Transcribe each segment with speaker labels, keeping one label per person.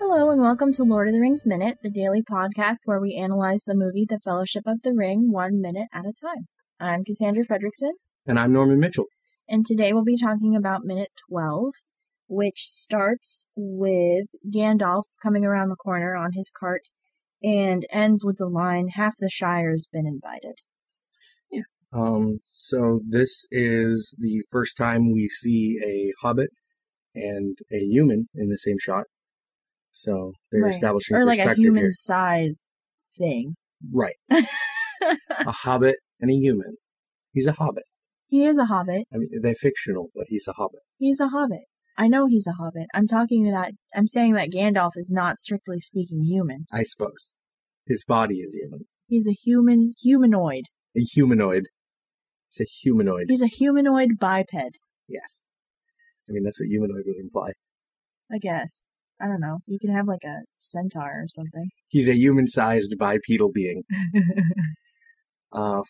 Speaker 1: and welcome to Lord of the Rings Minute, the daily podcast where we analyze the movie The Fellowship of the Ring one minute at a time. I'm Cassandra Fredrickson,
Speaker 2: And I'm Norman Mitchell.
Speaker 1: and today we'll be talking about minute 12, which starts with Gandalf coming around the corner on his cart and ends with the line, Half the Shire's been invited.
Speaker 2: Um, so this is the first time we see a hobbit and a human in the same shot. So they're
Speaker 1: Right.
Speaker 2: establishing
Speaker 1: Or like a
Speaker 2: perspective
Speaker 1: human sized thing.
Speaker 2: here. Right. a hobbit and a human. He's a hobbit.
Speaker 1: He is a hobbit.
Speaker 2: I mean, they're fictional, but he's a hobbit.
Speaker 1: He's a hobbit. I know he's a hobbit. I'm talking that I'm saying that Gandalf is not strictly speaking human.
Speaker 2: I suppose. His body is human.
Speaker 1: He's a human humanoid.
Speaker 2: A humanoid. It's a humanoid.
Speaker 1: He's a humanoid biped,
Speaker 2: Yes. I mean, that's what humanoid would imply.
Speaker 1: I guess. I don't know. You can have like a centaur or something.
Speaker 2: He's a human-sized bipedal being. Uh,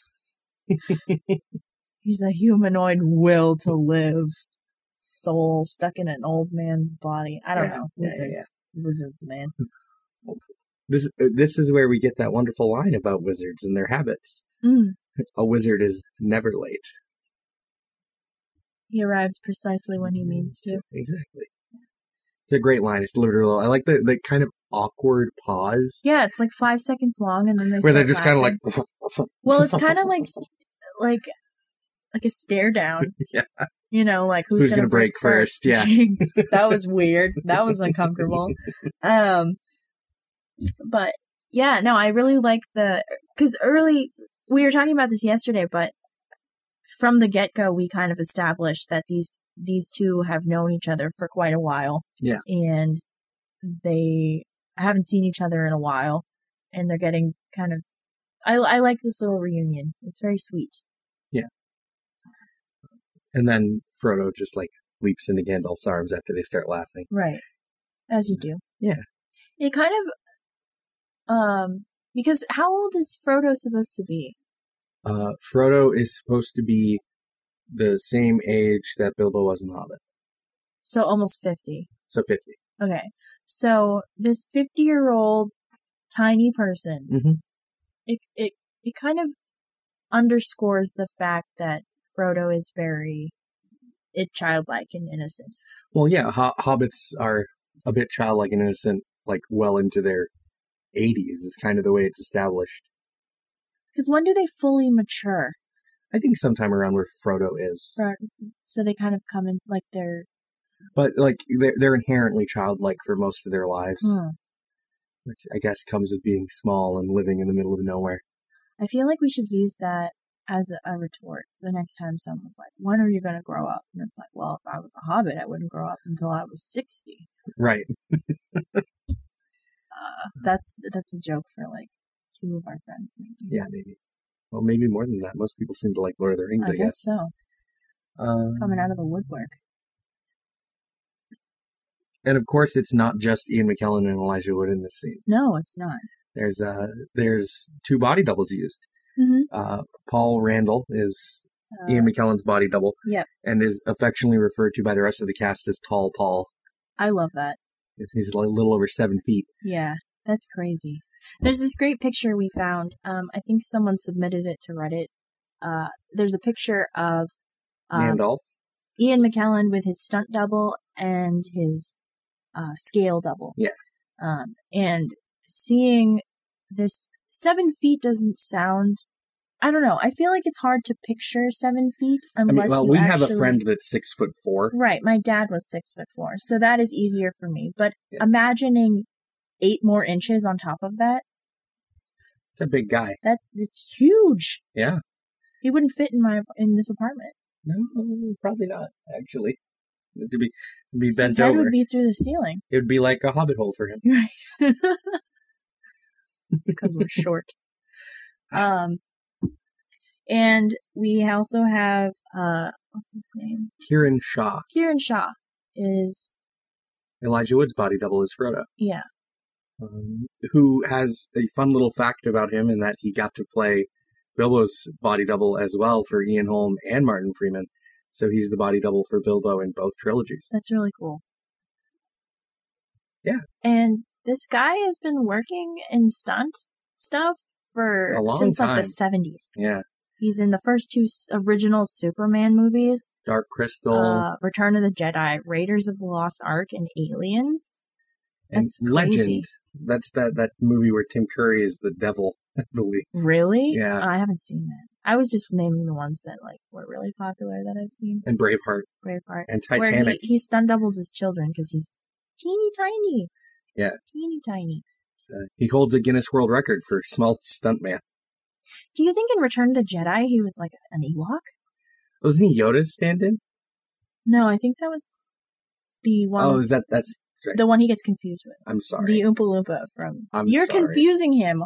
Speaker 1: he's a humanoid will to live soul stuck in an old man's body. I don't
Speaker 2: Yeah,
Speaker 1: know.
Speaker 2: yeah, yeah,
Speaker 1: Wizards. Wizards, man.
Speaker 2: This uh, this is where we get that wonderful line about wizards and their habits.
Speaker 1: Mm.
Speaker 2: A wizard is never late.
Speaker 1: He arrives precisely when
Speaker 2: Mm,
Speaker 1: he means to.
Speaker 2: Exactly. It's a great line. It's literal. I like the the kind of awkward pause
Speaker 1: Yeah, it's like five seconds long, and then they
Speaker 2: where they're
Speaker 1: start
Speaker 2: just kind of
Speaker 1: laughing.
Speaker 2: like,
Speaker 1: Well, it's kind of like like like a stare down.
Speaker 2: Yeah.
Speaker 1: You know, like who's,
Speaker 2: Who's
Speaker 1: gonna,
Speaker 2: gonna
Speaker 1: break,
Speaker 2: break
Speaker 1: first?
Speaker 2: first? Yeah.
Speaker 1: Jinx. that was weird. That was uncomfortable. Um, but yeah, no, I really like the because early we were talking about this yesterday, but from the get go, we kind of established that these these two have known each other for quite a while.
Speaker 2: Yeah.
Speaker 1: and they haven't seen each other in a while, and they're getting kind of. I, I like this little reunion. It's very sweet.
Speaker 2: and then Frodo just like leaps into Gandalf's arms after they start laughing.
Speaker 1: Right. As you do.
Speaker 2: Yeah.
Speaker 1: It kind of um because how old is Frodo supposed to be?
Speaker 2: Uh, Frodo is supposed to be the same age that Bilbo was in The Hobbit,
Speaker 1: So almost 50.
Speaker 2: so fifty.
Speaker 1: Okay. So this 50-year-old tiny person,
Speaker 2: Mhm.
Speaker 1: it it it kind of underscores the fact that Frodo is very it childlike and innocent.
Speaker 2: Well, yeah, ho- hobbits are a bit childlike and innocent, like well into their 80s is kind of the way it's established.
Speaker 1: Cuz when do they fully mature?
Speaker 2: I think sometime around where Frodo is,
Speaker 1: Fro- So they kind of come in like they're
Speaker 2: but like they're they're inherently childlike for most of their lives,
Speaker 1: hmm.
Speaker 2: which I guess comes with being small and living in the middle of nowhere.
Speaker 1: I feel like we should use that as a, a retort the next time someone's like, "When are you going to grow up?" And it's like, "Well, if I was a hobbit, I wouldn't grow up until I was 60."
Speaker 2: Right?
Speaker 1: Uh,
Speaker 2: Mm-hmm.
Speaker 1: that's that's a joke for like two of our friends. Maybe.
Speaker 2: Yeah, maybe. Well, maybe more than that. Most people seem to like Lord of the Rings,
Speaker 1: I
Speaker 2: I,
Speaker 1: guess,
Speaker 2: guess.
Speaker 1: so.
Speaker 2: Um,
Speaker 1: Coming out of the woodwork.
Speaker 2: and of course, it's not just Ian McKellen and Elijah Wood in this scene.
Speaker 1: No, it's not.
Speaker 2: There's uh, there's two body doubles used.
Speaker 1: Mhm.
Speaker 2: Uh, Paul Randall is
Speaker 1: Uh,
Speaker 2: Ian McKellen's body double.
Speaker 1: Yep.
Speaker 2: And is affectionately referred to by the rest of the cast as Tall Paul.
Speaker 1: I love that.
Speaker 2: He's a little over seven feet.
Speaker 1: Yeah, that's crazy. There's this great picture we found. Um, I think someone submitted it to Reddit. Uh, there's a picture of um,
Speaker 2: Gandalf.
Speaker 1: Ian McKellen with his stunt double and his uh, scale double.
Speaker 2: Yeah.
Speaker 1: Um, and seeing this seven feet doesn't sound. I don't know. I feel like it's hard to picture seven feet
Speaker 2: I mean,
Speaker 1: unless
Speaker 2: well,
Speaker 1: you
Speaker 2: we have
Speaker 1: actually,
Speaker 2: a friend that's six foot four.
Speaker 1: Right, my dad was six foot four, so that is easier for me. But
Speaker 2: Yeah.
Speaker 1: imagining eight more inches on top of that,
Speaker 2: It's a big guy.
Speaker 1: that it's huge.
Speaker 2: Yeah.
Speaker 1: He wouldn't fit in my in this apartment.
Speaker 2: No, probably not, actually. To be it'd be bent
Speaker 1: His head
Speaker 2: over.
Speaker 1: would be through the ceiling.
Speaker 2: it would be like a hobbit hole for him.
Speaker 1: Right. it's because we're short. Um, and we also have uh, what's his name?
Speaker 2: Kieran Shaw.
Speaker 1: Kieran Shaw is
Speaker 2: Elijah Wood's body double is Frodo.
Speaker 1: yeah.
Speaker 2: Um, who has a fun little fact about him in that he got to play Bilbo's body double as well for Ian Holm and Martin Freeman. So he's the body double for Bilbo in both trilogies.
Speaker 1: That's really cool.
Speaker 2: Yeah.
Speaker 1: And this guy has been working in stunt stuff for
Speaker 2: A long
Speaker 1: since like the
Speaker 2: time.
Speaker 1: 70s.
Speaker 2: Yeah.
Speaker 1: He's in the first two s- original Superman movies,
Speaker 2: Dark Crystal
Speaker 1: uh, Return of the Jedi, Raiders of the Lost Ark, and Aliens.
Speaker 2: and
Speaker 1: that's
Speaker 2: Legend.
Speaker 1: crazy.
Speaker 2: That's that that movie where Tim Curry is the devil, I believe.
Speaker 1: Really?
Speaker 2: Yeah.
Speaker 1: I haven't seen that. I was just naming the ones that like were really popular that I've seen.
Speaker 2: And Braveheart
Speaker 1: Braveheart.
Speaker 2: and
Speaker 1: Where
Speaker 2: Titanic.
Speaker 1: he, he stunt doubles his children because he's teeny tiny.
Speaker 2: Yeah.
Speaker 1: Teeny tiny.
Speaker 2: Uh, he holds a Guinness World Record for smallest stuntman.
Speaker 1: Do you think in Return of the Jedi he was like an Ewok?
Speaker 2: Wasn't Oh, he Yoda's stand-in?
Speaker 1: No, I think that was the one.
Speaker 2: Oh, is that that's?
Speaker 1: the one he gets confused with.
Speaker 2: I'm sorry.
Speaker 1: The Oompa Loompa from.
Speaker 2: I'm
Speaker 1: You're
Speaker 2: sorry.
Speaker 1: confusing him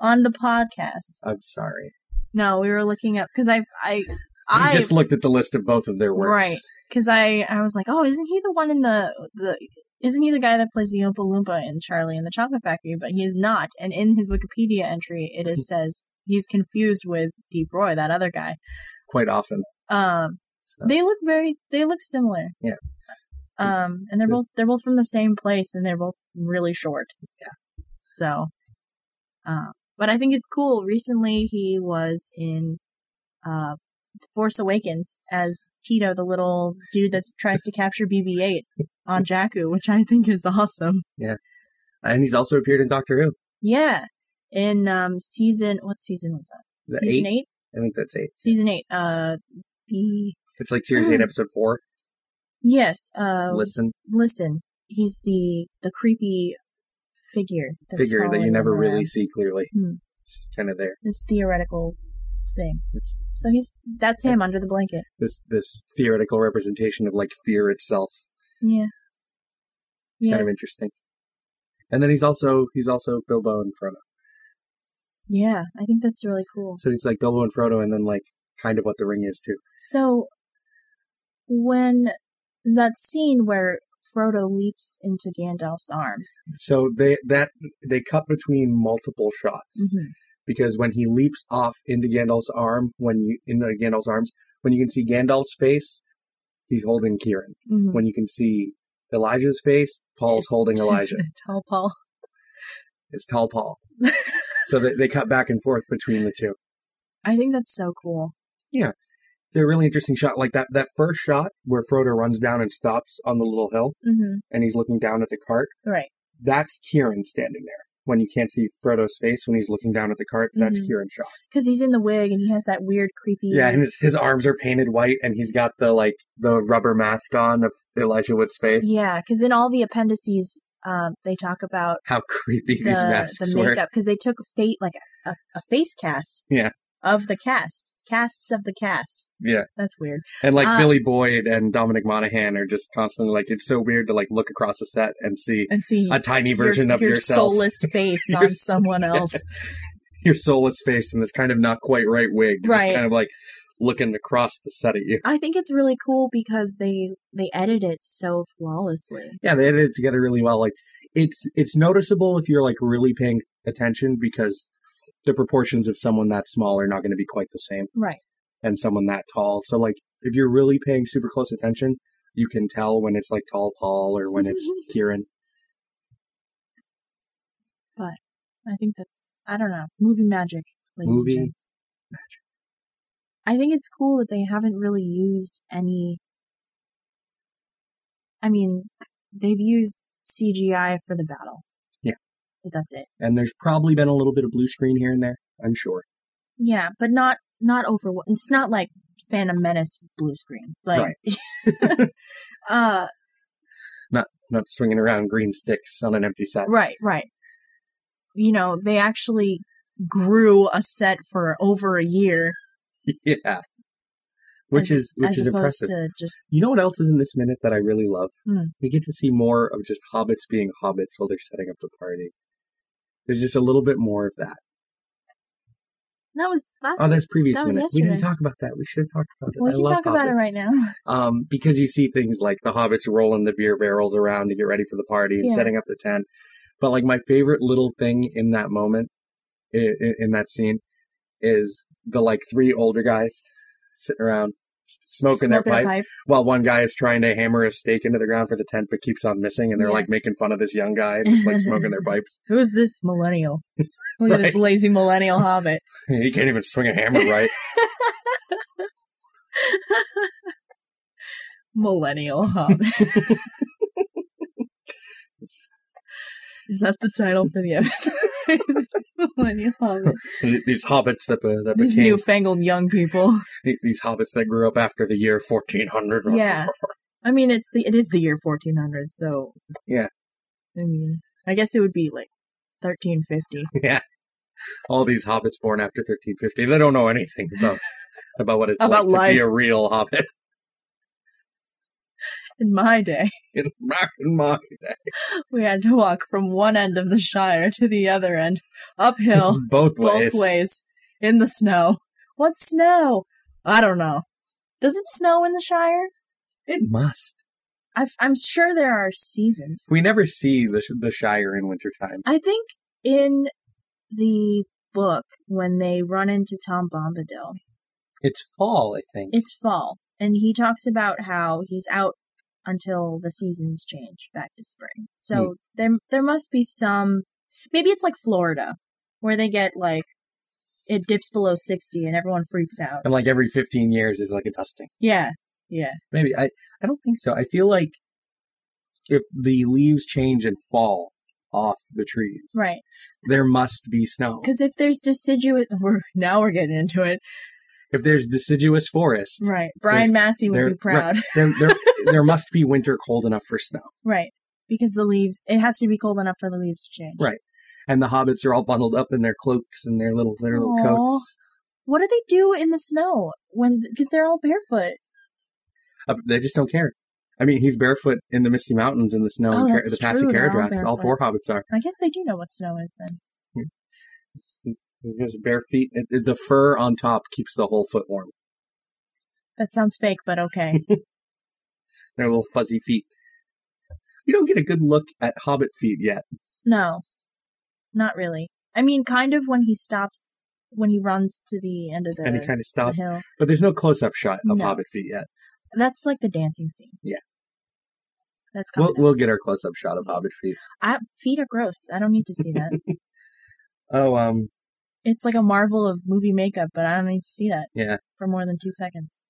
Speaker 1: on the podcast.
Speaker 2: I'm sorry.
Speaker 1: No, we were looking up because I I
Speaker 2: I
Speaker 1: I
Speaker 2: just looked at the list of both of their works.
Speaker 1: Right. because I I was like, oh, isn't he the one in the the. Isn't he the guy that plays the Oompa Loompa in Charlie and the Chocolate Factory? But he is not. And in his Wikipedia entry, it is says he's confused with Deep Roy, that other guy.
Speaker 2: Quite often.
Speaker 1: Um,
Speaker 2: So.
Speaker 1: they look very they look similar
Speaker 2: Yeah.
Speaker 1: um and they're
Speaker 2: The-
Speaker 1: both they're both from the same place and they're both really short
Speaker 2: Yeah.
Speaker 1: so uh but i think it's cool recently he was in uh force awakens as tito the little dude that tries to capture bb8 on jakku which i think is awesome
Speaker 2: and he's also appeared in Doctor Who.
Speaker 1: yeah in um season what season was that
Speaker 2: Is that
Speaker 1: season
Speaker 2: eight? I think that's eight.
Speaker 1: season eight uh the
Speaker 2: It's like series
Speaker 1: Oh.
Speaker 2: eight, episode four.
Speaker 1: yes uh
Speaker 2: Listen,
Speaker 1: listen, he's the the creepy figure that's
Speaker 2: figure that you
Speaker 1: following
Speaker 2: never
Speaker 1: him
Speaker 2: really
Speaker 1: around.
Speaker 2: see clearly.
Speaker 1: Hmm.
Speaker 2: It's just kind of there.
Speaker 1: this theoretical thing.
Speaker 2: It's
Speaker 1: So he's that's him under the blanket.
Speaker 2: this this theoretical representation of like fear itself.
Speaker 1: Yeah.
Speaker 2: It's
Speaker 1: Yeah.
Speaker 2: kind of interesting. And then he's also he's also Bilbo and Frodo.
Speaker 1: yeah, I think that's really cool.
Speaker 2: So he's like Bilbo and Frodo, and then like kind of what the ring is too.
Speaker 1: So when that scene where Frodo leaps into Gandalf's arms.
Speaker 2: So they that they cut between multiple
Speaker 1: Hmm.
Speaker 2: shots
Speaker 1: Mm-hmm.
Speaker 2: because when he leaps off into Gandalf's arm, when you into Gandalf's arms, when you can see Gandalf's face, he's holding Kieran.
Speaker 1: Mhm.
Speaker 2: When you can see Elijah's face, Paul's
Speaker 1: It's-
Speaker 2: holding Elijah.
Speaker 1: Tall Paul.
Speaker 2: It's tall Paul. so they, they cut back and forth between the two.
Speaker 1: I think that's so cool.
Speaker 2: It's a really interesting shot. Like that, that first shot where Frodo runs down and stops on the little hill
Speaker 1: hmm
Speaker 2: and he's looking down at the cart.
Speaker 1: Right.
Speaker 2: That's Kieran standing there. When you can't see Frodo's face when he's looking down at the cart, that's
Speaker 1: Mhm.
Speaker 2: Kieran's shot.
Speaker 1: Because he's in the wig and he has that weird creepy
Speaker 2: Yeah, and his, his arms are painted white and he's got the like the rubber mask on of Elijah Wood's face.
Speaker 1: Yeah, because in all the appendices, um, they talk about
Speaker 2: How creepy
Speaker 1: the,
Speaker 2: these masks
Speaker 1: the
Speaker 2: were.
Speaker 1: makeup because they took a fate like a, a face cast.
Speaker 2: Yeah.
Speaker 1: Of the cast, casts of the cast.
Speaker 2: Yeah.
Speaker 1: That's weird.
Speaker 2: And like
Speaker 1: Uh,
Speaker 2: Billy Boyd and Dominic Monaghan are just constantly like it's so weird to like look across the set and see
Speaker 1: And see
Speaker 2: a tiny version
Speaker 1: your,
Speaker 2: of
Speaker 1: your
Speaker 2: yourself,
Speaker 1: soulless face
Speaker 2: Your
Speaker 1: on
Speaker 2: s-
Speaker 1: someone else.
Speaker 2: your soulless face, and this kind of not quite right wig,
Speaker 1: Right.
Speaker 2: just kind of like looking across the set at you.
Speaker 1: I think it's really cool because they they edit it so flawlessly.
Speaker 2: Yeah, they edited it together really well. Like it's it's noticeable if you're like really paying attention because the proportions of someone that small are not going to be quite the same,
Speaker 1: Right.
Speaker 2: and someone that tall. So like if you're really paying super close attention, you can tell when it's like tall Paul or when it's Kieran.
Speaker 1: I think that's I don't know movie magic. Ladies
Speaker 2: Movie
Speaker 1: and gents. magic. I think it's cool that they haven't really used any. I mean, they've used CGI for the battle.
Speaker 2: Yeah.
Speaker 1: but that's it.
Speaker 2: And there's probably been a little bit of blue screen here and there. I'm sure.
Speaker 1: Yeah, but not not over. It's not like Phantom Menace blue screen. Like, uh,
Speaker 2: Not swinging around green sticks on an empty set.
Speaker 1: Right, right. You know, they actually grew a set for over a year,
Speaker 2: yeah. Which
Speaker 1: As-
Speaker 2: is which
Speaker 1: as
Speaker 2: is
Speaker 1: opposed
Speaker 2: impressive.
Speaker 1: to just
Speaker 2: You know what else is in this minute that I really love?
Speaker 1: Hmm.
Speaker 2: We get to see more of just hobbits being hobbits while they're setting up the party. There's just a little bit more of that.
Speaker 1: that was last.
Speaker 2: Oh, there's previous
Speaker 1: that was
Speaker 2: minutes. We didn't
Speaker 1: yesterday.
Speaker 2: talk about that. We should have talked about it.
Speaker 1: we
Speaker 2: I
Speaker 1: can
Speaker 2: love
Speaker 1: talk about it
Speaker 2: hobbits.
Speaker 1: right now.
Speaker 2: Um, because you see things like the hobbits rolling the beer barrels around to get ready for the party and
Speaker 1: Yeah.
Speaker 2: setting up the tent. But like my favorite little thing in that moment, in, in that scene, is the like three older guys sitting around smoking their pipe, while one guy is trying to hammer a stake into the ground for the tent but keeps on missing, and they're
Speaker 1: Yeah.
Speaker 2: like making fun of this young guy, just like smoking their pipes.
Speaker 1: Who's this millennial? Look at this
Speaker 2: Right.
Speaker 1: lazy millennial hobbit.
Speaker 2: he can't even swing a hammer right.
Speaker 1: Millennial hobbit. Is that the title for the episode? millennial hobbit.
Speaker 2: these hobbits that uh, that
Speaker 1: These
Speaker 2: became
Speaker 1: newfangled young people.
Speaker 2: these hobbits that grew up after the year fourteen hundred.
Speaker 1: Yeah. I mean, it's the it is the year 1400, so
Speaker 2: Yeah.
Speaker 1: I mean, I guess it would be like 1350.
Speaker 2: yeah. All these hobbits born after thirteen fifty, they don't know anything about about what it's
Speaker 1: About
Speaker 2: like to be
Speaker 1: life.
Speaker 2: a real hobbit
Speaker 1: In my day,
Speaker 2: in my, in my day.
Speaker 1: we had to walk from one end of the Shire to the other end, uphill.
Speaker 2: both ways.
Speaker 1: both ways in the snow. What snow? I don't know. Does it snow in the Shire?
Speaker 2: It must.
Speaker 1: I've, I'm sure there are seasons.
Speaker 2: We never see the the Shire in wintertime.
Speaker 1: I think in the book when they run into Tom Bombadil,
Speaker 2: It's fall, I think.
Speaker 1: it's fall, and he talks about how he's out until the seasons change back to spring. So there there must be some. Maybe it's like Florida, where they get like it dips below sixty and everyone freaks out.
Speaker 2: and like every 15 years is like a dusting.
Speaker 1: Yeah, yeah.
Speaker 2: Maybe I I don't think so. I feel like if the leaves change and fall off the trees,
Speaker 1: Right.
Speaker 2: there must be snow.
Speaker 1: Because if there's deciduous, we're, now we're getting into it,
Speaker 2: If there's deciduous forest,
Speaker 1: right? Brian Massey would
Speaker 2: there-
Speaker 1: be proud, right.
Speaker 2: there there there must be winter cold enough for snow.
Speaker 1: Because the leaves, it has to be cold enough for the leaves to change.
Speaker 2: Right. And the hobbits are all bundled up in their cloaks and their little their little
Speaker 1: Aw.
Speaker 2: coats.
Speaker 1: What do they do in the snow when? Because they're all barefoot.
Speaker 2: Uh, they just don't care. I mean, he's barefoot in the Misty Mountains in the snow,
Speaker 1: Oh,
Speaker 2: and car-
Speaker 1: that's
Speaker 2: the Patsy
Speaker 1: true, they're all
Speaker 2: Caradross. All,
Speaker 1: barefoot.
Speaker 2: four hobbits are.
Speaker 1: I guess they do know what snow is then.
Speaker 2: Just bare feet. It- it- The fur on top keeps the whole foot warm.
Speaker 1: That sounds fake, but okay.
Speaker 2: Their little fuzzy feet. We don't get a good look at hobbit feet yet.
Speaker 1: no, not really. I mean, kind of when he stops, when he runs to the end of the,
Speaker 2: and it kind of
Speaker 1: the
Speaker 2: stops.
Speaker 1: hill.
Speaker 2: But there's no close up shot of
Speaker 1: No.
Speaker 2: hobbit feet yet.
Speaker 1: That's like the dancing scene.
Speaker 2: Yeah.
Speaker 1: That's coming.
Speaker 2: We'll, we'll get our close up shot of hobbit feet.
Speaker 1: I, feet are gross. I don't need to see that.
Speaker 2: Oh, um,
Speaker 1: It's like a marvel of movie makeup, but I don't need to see that.
Speaker 2: Yeah.
Speaker 1: For more than two seconds.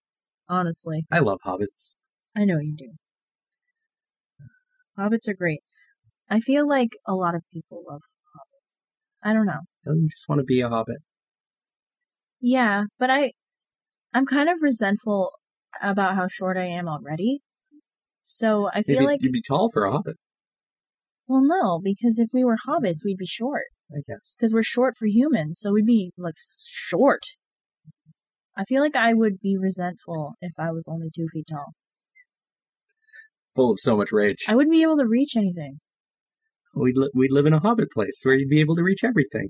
Speaker 1: Honestly.
Speaker 2: I love hobbits.
Speaker 1: I know you do. Hobbits are great. I feel like a lot of people love hobbits. I don't know.
Speaker 2: Don't you just want to be a hobbit?
Speaker 1: Yeah, but I I'm kind of resentful about how short I am already. So I
Speaker 2: You'd
Speaker 1: feel
Speaker 2: be,
Speaker 1: like
Speaker 2: you'd be tall for a hobbit,
Speaker 1: well no, because if we were hobbits we'd be short.
Speaker 2: I guess.
Speaker 1: because we're short for humans, so we'd be like s- short. I feel like I would be resentful if I was only two feet tall.
Speaker 2: Full of so much rage.
Speaker 1: I wouldn't be able to reach anything.
Speaker 2: We'd, li- we'd live in a hobbit place where you'd be able to reach everything.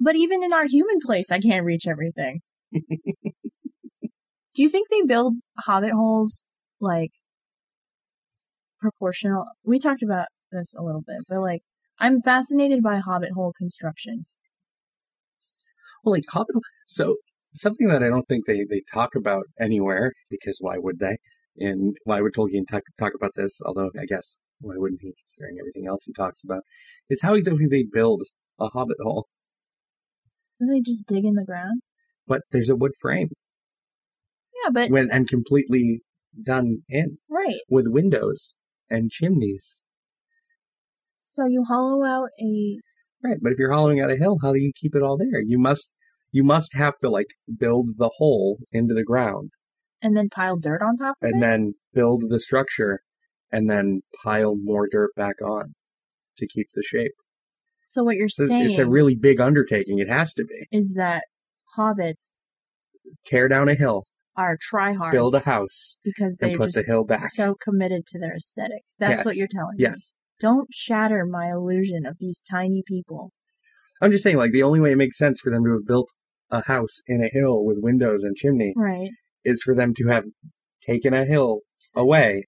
Speaker 1: But even in our human place, I can't reach everything. Do you think they build hobbit holes like proportional? We talked about this a little bit, but like I'm fascinated by hobbit hole construction.
Speaker 2: Well, like Hobbit. So something that I don't think they, they talk about anywhere because why would they? And why would Tolkien talk, talk about this? Although I guess why wouldn't he, considering everything else he talks about, is how exactly they build a Hobbit hole.
Speaker 1: Don't they just dig in the ground?
Speaker 2: But there's a wood frame
Speaker 1: Yeah, but
Speaker 2: when and completely done in
Speaker 1: right.
Speaker 2: with windows and chimneys.
Speaker 1: So you hollow out a
Speaker 2: Right, but if you're hollowing out a hill, how do you keep it all there? You must you must have to like build the hole into the ground
Speaker 1: and then pile dirt on top of it.
Speaker 2: and then build the structure and then pile more dirt back on to keep the shape.
Speaker 1: So what you're
Speaker 2: So
Speaker 1: saying
Speaker 2: it's a really big undertaking. It has to be.
Speaker 1: is that hobbits
Speaker 2: Tear down a hill,
Speaker 1: are tryhards
Speaker 2: build a house,
Speaker 1: because
Speaker 2: and
Speaker 1: they're
Speaker 2: put
Speaker 1: just
Speaker 2: the hill back.
Speaker 1: so committed to their aesthetic. That's what
Speaker 2: Yes.
Speaker 1: you're telling me.
Speaker 2: yes.
Speaker 1: Don't shatter my illusion of these tiny people.
Speaker 2: I'm just saying, like, the only way it makes sense for them to have built a house in a hill with windows and chimney
Speaker 1: Right.
Speaker 2: is for them to have taken a hill away,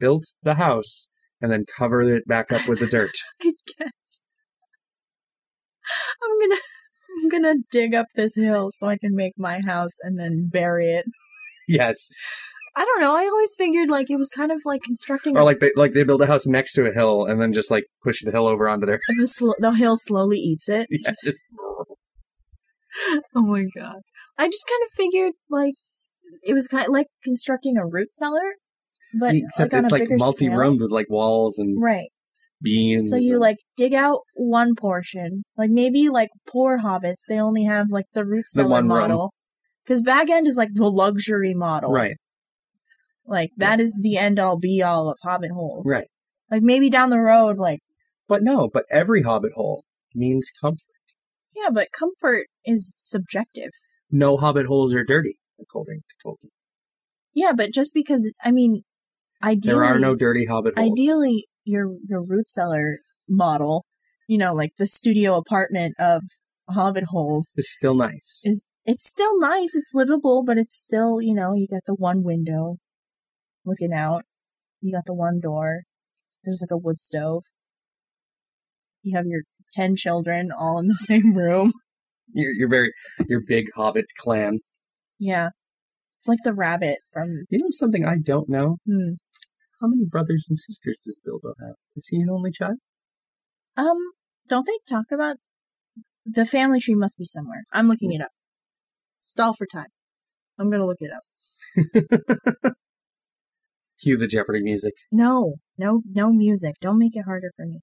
Speaker 2: built the house, and then covered it back up with the dirt.
Speaker 1: I guess. I'm gonna I'm gonna dig up this hill so I can make my house and then bury it.
Speaker 2: yes,
Speaker 1: I don't know. I always figured like it was kind of like constructing
Speaker 2: or like they like they build a house next to a hill and then just like push the hill over onto their.
Speaker 1: and the, sl- the hill slowly eats it.
Speaker 2: Yes.
Speaker 1: Oh my god! I just kind of figured like it was kind of like constructing a root cellar, but
Speaker 2: Except
Speaker 1: like, on
Speaker 2: it's
Speaker 1: a
Speaker 2: like
Speaker 1: bigger
Speaker 2: multi-roomed with like walls
Speaker 1: scale.
Speaker 2: and
Speaker 1: right?
Speaker 2: beams.
Speaker 1: So you
Speaker 2: and-
Speaker 1: like dig out one portion, like maybe like poor hobbits, they only have like the root
Speaker 2: The
Speaker 1: cellar
Speaker 2: one room.
Speaker 1: model, because bag end is like the luxury model,
Speaker 2: right,
Speaker 1: Like that is the end all be all of hobbit holes,
Speaker 2: right.
Speaker 1: Like maybe down the road, like
Speaker 2: But no, but every hobbit hole means comfort.
Speaker 1: yeah, but comfort is subjective.
Speaker 2: No hobbit holes are dirty, according to Tolkien.
Speaker 1: Yeah, but just because it, I mean, ideally,
Speaker 2: There are no dirty hobbit holes.
Speaker 1: ideally your your root cellar model, you know, like the studio apartment of hobbit holes
Speaker 2: it's still nice.
Speaker 1: is it's still nice, it's livable, but it's still, you know, you got the one window looking out. You got the one door. There's like a wood stove. You have your 10 children all in the same room.
Speaker 2: You're, you're very your big hobbit clan.
Speaker 1: Yeah. It's like the rabbit from
Speaker 2: You know something I don't know?
Speaker 1: hmm.
Speaker 2: How many brothers and sisters does Bilbo have? Is he an only child?
Speaker 1: Um, don't they talk about the family tree must be somewhere. I'm looking it up. Stall for time. I'm gonna look it up.
Speaker 2: Cue the Jeopardy music.
Speaker 1: No, no, no music. Don't make it harder for me.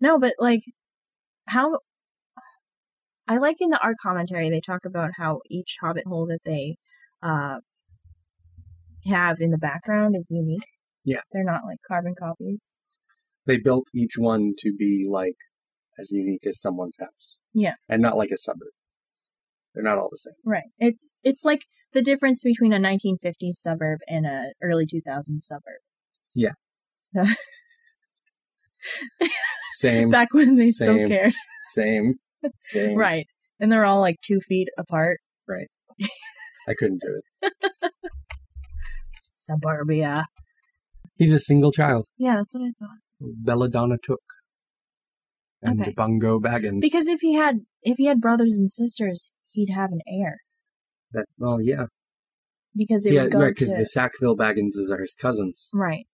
Speaker 1: No, but like, how? I like in the art commentary they talk about how each hobbit hole that they uh, have in the background is unique.
Speaker 2: Yeah.
Speaker 1: they're not like carbon copies.
Speaker 2: They built each one to be like as unique as someone's house.
Speaker 1: Yeah.
Speaker 2: And not like a suburb. They're not all the same.
Speaker 1: Right. It's it's like the difference between a 1950s suburb and a early 2000s suburb.
Speaker 2: Same,
Speaker 1: Back when they still
Speaker 2: Same.
Speaker 1: cared.
Speaker 2: same, same.
Speaker 1: Right. And they're all like two feet apart.
Speaker 2: I couldn't do it.
Speaker 1: Suburbia.
Speaker 2: He's a single child.
Speaker 1: Yeah, that's what I thought.
Speaker 2: Belladonna Took. And
Speaker 1: Okay.
Speaker 2: Bungo Baggins.
Speaker 1: Because if he had if he had brothers and sisters, he'd have an heir.
Speaker 2: that, well, yeah.
Speaker 1: Because it
Speaker 2: Yeah,
Speaker 1: would go
Speaker 2: right, because
Speaker 1: to
Speaker 2: the Sackville Bagginses are his cousins.
Speaker 1: Right.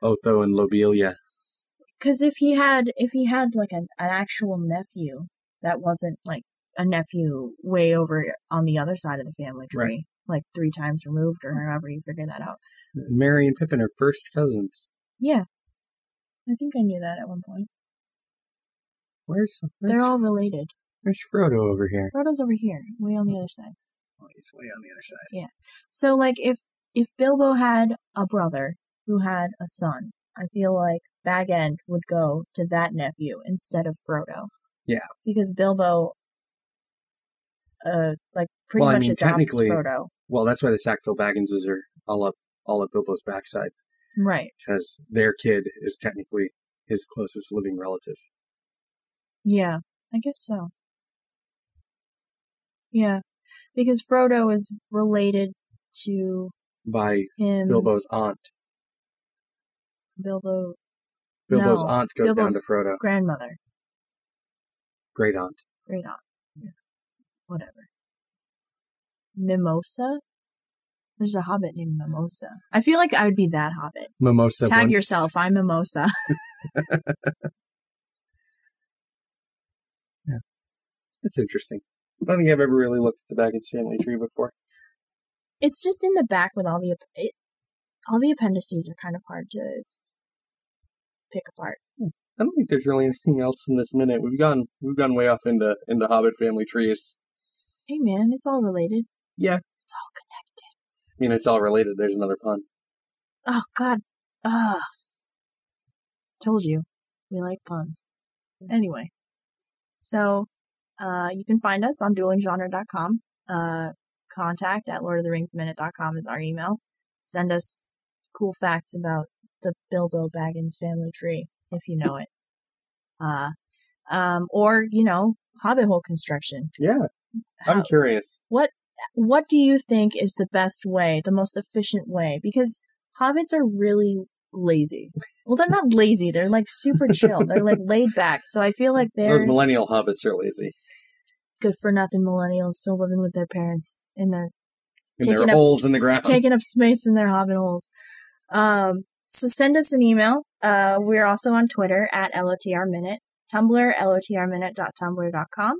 Speaker 2: Otho and Lobelia.
Speaker 1: Cause if he had if he had like an, an actual nephew that wasn't like a nephew way over on the other side of the family tree.
Speaker 2: Right. Mm.
Speaker 1: Like three times removed or however you figure that out.
Speaker 2: Mary and Pippin are first cousins.
Speaker 1: Yeah. I think I knew that at one point.
Speaker 2: Where's where's,
Speaker 1: They're all related.
Speaker 2: where's Frodo over here?
Speaker 1: Frodo's over here, way on the other side.
Speaker 2: Oh, he's way on the other side.
Speaker 1: So like if if Bilbo had a brother who had a son, I feel like Bag End would go to that nephew instead of Frodo.
Speaker 2: Yeah.
Speaker 1: Because Bilbo uh like pretty
Speaker 2: Well, I
Speaker 1: much
Speaker 2: mean,
Speaker 1: adopts
Speaker 2: technically-
Speaker 1: Frodo.
Speaker 2: Well, that's why the Sackville Bagginses are all up all up Bilbo's backside
Speaker 1: Right.
Speaker 2: because their kid is technically his closest living relative.
Speaker 1: Yeah. I guess so. Yeah. Because Frodo is related to
Speaker 2: By
Speaker 1: him
Speaker 2: Bilbo's aunt.
Speaker 1: Bilbo
Speaker 2: Bilbo's
Speaker 1: No,
Speaker 2: aunt goes
Speaker 1: Bilbo's-
Speaker 2: down to Frodo.
Speaker 1: grandmother.
Speaker 2: Great aunt.
Speaker 1: Great aunt. Whatever. Mimosa? There's a hobbit named Mimosa. I feel like I would be that hobbit.
Speaker 2: Mimosa.
Speaker 1: Tag
Speaker 2: once-
Speaker 1: yourself. I'm Mimosa.
Speaker 2: That's interesting. I don't think I've ever really looked at the Baggins family tree before.
Speaker 1: It's just in the back with all the app- it, all the appendices are kind of hard to pick apart.
Speaker 2: I don't think there's really anything else in this minute. We've gone we've gone way off into into Hobbit family trees.
Speaker 1: Hey man, it's all related.
Speaker 2: Yeah.
Speaker 1: It's all connected.
Speaker 2: I mean, it's all related. There's another pun.
Speaker 1: Oh god. Ah. Told you. We like puns. Anyway. So uh you can find us on duelinggenre.com. Uh contact at Lord of the Rings Minute.com is our email. Send us cool facts about the Bilbo Baggins family tree, if you know it. Uh um or, you know, hobbit hole construction.
Speaker 2: Yeah,
Speaker 1: How-
Speaker 2: I'm curious.
Speaker 1: what do you think is the best way, the most efficient way? Because hobbits are really lazy. Well, they're not lazy. They're like super chill. They're like laid back. So I feel like they're
Speaker 2: Those millennial hobbits are lazy.
Speaker 1: good for nothing millennials still living with their parents in their
Speaker 3: And
Speaker 1: Taking
Speaker 3: there are
Speaker 1: up s-
Speaker 3: holes in the ground.
Speaker 1: taking up space in their hobbit holes. Um, so send us an email. Uh, we're also on Twitter at LOTR Minute, Tumblr, lotrminute.tumblr.com.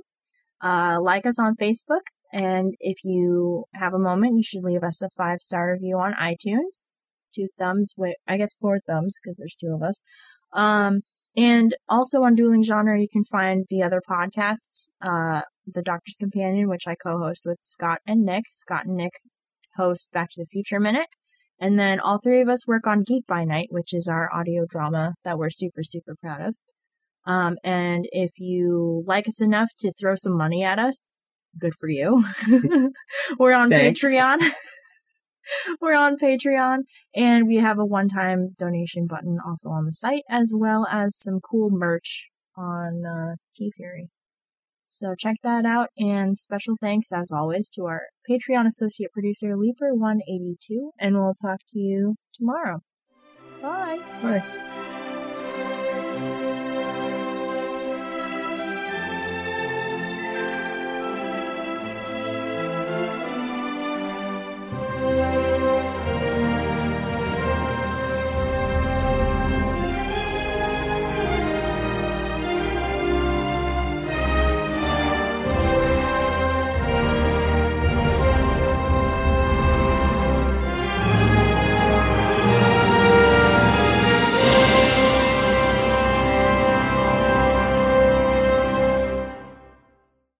Speaker 1: Uh, like us on Facebook. And if you have a moment, you should leave us a five star review on iTunes. Two thumbs, wait, I guess four thumbs because there's two of us. Um, and also on Dueling Genre, you can find the other podcasts, uh, The Doctor's Companion, which I co host with Scott and Nick. Scott and Nick host Back to the Future Minute. And then all three of us work on Geek by Night, which is our audio drama that we're super, super proud of. Um, and if you like us enough to throw some money at us, good for you. we're on
Speaker 3: Thanks.
Speaker 1: Patreon. we're on Patreon. And we have a one time donation button also on the site, as well as some cool merch on uh, T Fury. So check that out. And special thanks, as always, to our Patreon associate producer, Leaper182. And we'll talk to you tomorrow. Bye.
Speaker 2: Bye.